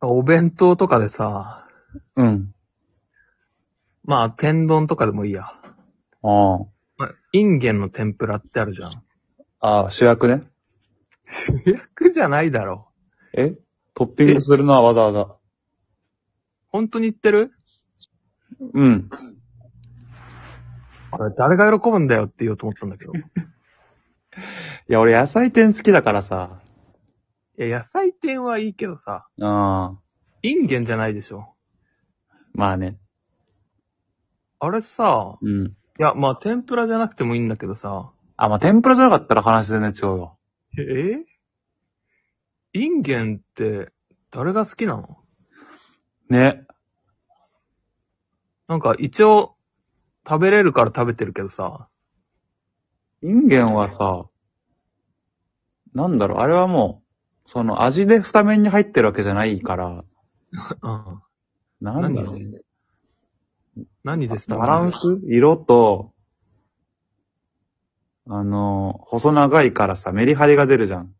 お弁当とかでさ、うん。まあ、天丼とかでもいいや。あまあ、インゲンの天ぷらってあるじゃん。あ。ああ、主役ね。主役じゃないだろ。えトッピングするな、わざわざ。本当に言ってるうん。あれ、誰が喜ぶんだよって言おうと思ったんだけど。いや、俺野菜店好きだからさ。いや、野菜天はいいけどさ、ああ。インゲンじゃないでしょ。まあね。あれさ、うん。いや、まあ、天ぷらじゃなくてもいいんだけどさ、あ、まあ、天ぷらじゃなかったら話全然違うよ。えーインゲンって、誰が好きなのね。なんか、一応、食べれるから食べてるけどさ、インゲンはさ、なんだろう、あれはもう、その味でスタメンに入ってるわけじゃないから、うん。なんだろう。何でしたバランス色と、あの、細長いからさ、メリハリが出るじゃん。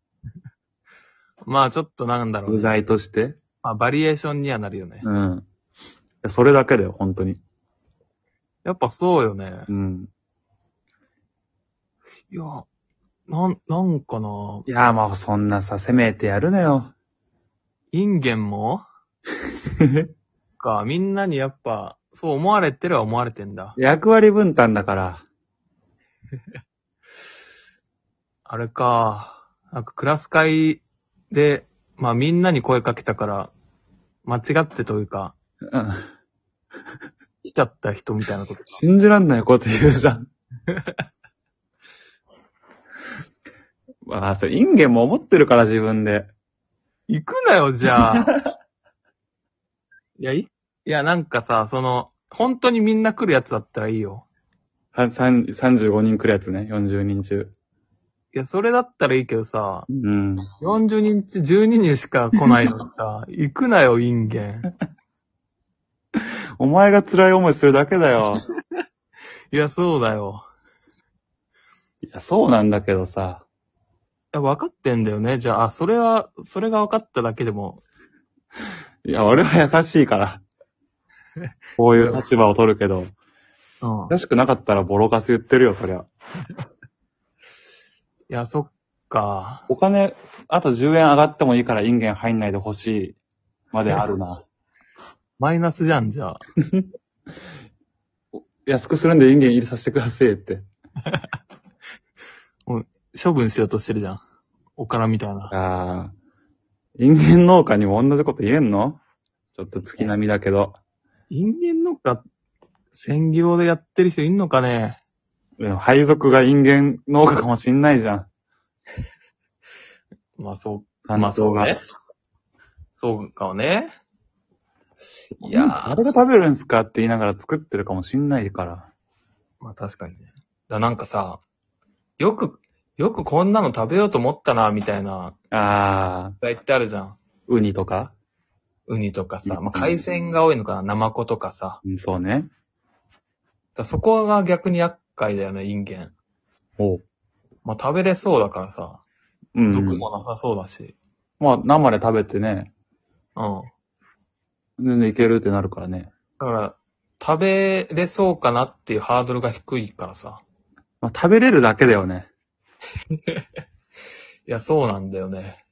まあ、ちょっとなんだろう具ね。材として。まあ、バリエーションにはなるよね。うん。それだけだよ、本当に。やっぱそうよね。うん。いや、なん、なんかな、いや、まあ、そんなさ、せめてやるなよ。インゲンもか、みんなにやっぱ、そう思われてるは思われてんだ。役割分担だから。あれか、なんかクラス会で、まあみんなに声かけたから、間違ってというか、うん。来ちゃった人みたいなこと。信じらんないこと言うじゃん。 まあ、それ、インゲンも思ってるから、自分で。行くなよ、じゃあ。いや、い、いや、なんかさ、その、本当にみんな来るやつだったらいいよ。ささん35人来るやつね、40人中。いや、それだったらいいけどさ、うん。 40人中12人しか来ないのに さ、行くなよ、インゲン。お前が辛い思いするだけだよ。いや、そうだよ。いや、そうなんだけどさ。いや、分かってんだよね。じゃあ、あそれは、それが分かっただけでも、いや、俺は優しいから。こういう立場を取るけど。うん。い優しくなかったらボロカス言ってるよ、そりゃ。や、そっか。お金、あと10円上がってもいいからインゲン入んないでほしい。まであるな。マイナスじゃん、じゃあ。 安くするんでインゲン入れさせてくださいって。処分しようとしてるじゃん。おからみたいな。ああ。インゲン農家にも同じこと言えんのちょっと月並みだけど。人間のか、専業でやってる人いんのかねでも配属がインゲン農家かもしんないじゃん。まあ、そう、ま担あ、そ当うが。ね。そうかもね。いいやーや誰が食べるんすかって言いながら作ってるかもしんないから。まあ、確かにね。だからなんかさ、よく、よくこんなの食べようと思ったな、みたいな、ああ、だいってあるじゃん。ウニとかウニとかさ、まあ、うん海鮮が多いのかな、ナマコとかさ。うん、そうね。だからそこが逆に厄介だよね、インゲン。おう。まあ、食べれそうだからさ、うん。毒もなさそうだし。まあ、生で食べてね、うん。全然いけるってなるからね。だから、食べれそうかなっていうハードルが低いからさ。まあ、食べれるだけだよね。いや、そうなんだよね。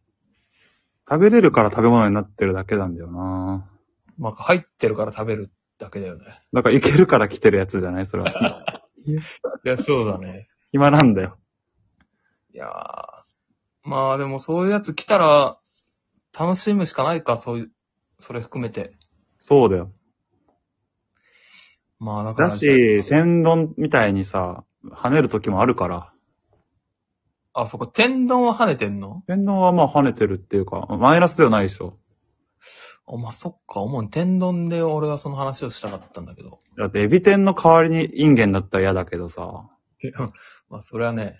食べれるから食べ物になってるだけなんだよなまあ、入ってるから食べるだけだよね。だからいけるから来てるやつじゃないそれは。いや、そうだね。暇なんだよ。いやーまあでもそういうやつ来たら、楽しむしかないか、そういう、それ含めて。そうだよ。まあだから。だし、天丼みたいにさ、跳ねる時もあるから。あ、そこ、天丼は跳ねてんの天丼はまあ跳ねてるっていうか、マイナスではないでしょ。あ、まあそっか、主に天丼で俺はその話をしたかったんだけど。 だってエビ天の代わりにインゲンだったら嫌だけどさ、いやまあ、それはね、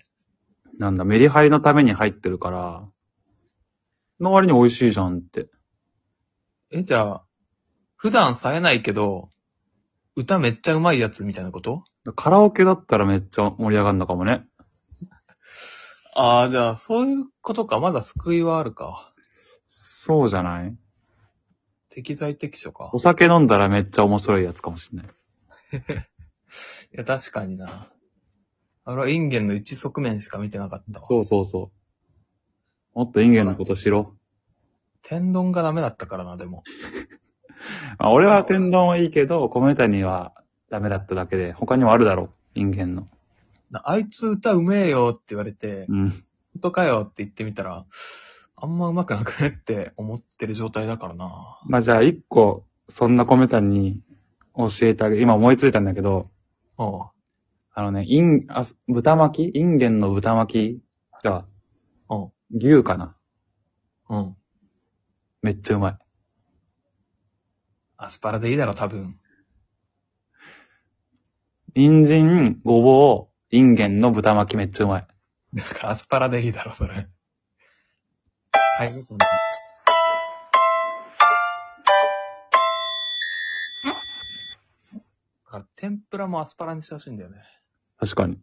なんだ、メリハリのために入ってるから、の割に美味しいじゃんって。え、じゃあ、普段冴えないけど、歌めっちゃうまいやつみたいなことカラオケだったらめっちゃ盛り上がるのかもね。ああ、じゃあ、そういうことか。まだ救いはあるか。そうじゃない適材適所かお。酒飲んだらめっちゃ面白いやつかもしれない。いや、確かにな。俺はインゲンの一側面しか見てなかったわ。そうそうそう。もっとインゲンのことしろ。天丼がダメだったからな、でも。まあ、俺は天丼はいいけど、米谷はダメだっただけで、他にもあるだろう。インゲンの。なあいつ歌うめえよって言われて、うん。本当かよって言ってみたら、あんま上手くなくねって思ってる状態だからな。まあ、じゃあ一個、そんな米谷に教えてあげ、今思いついたんだけど、おうあのね、イン、あ、豚巻きインゲンの豚巻きが、おう牛かなうん。めっちゃうまい。アスパラでいいだろ、多分。人参、ごぼう、インゲンの豚巻きめっちゃうまい。なんかアスパラでいいだろ、それ。はい、今度だから天ぷらもアスパラにしてほしいんだよね。確かに。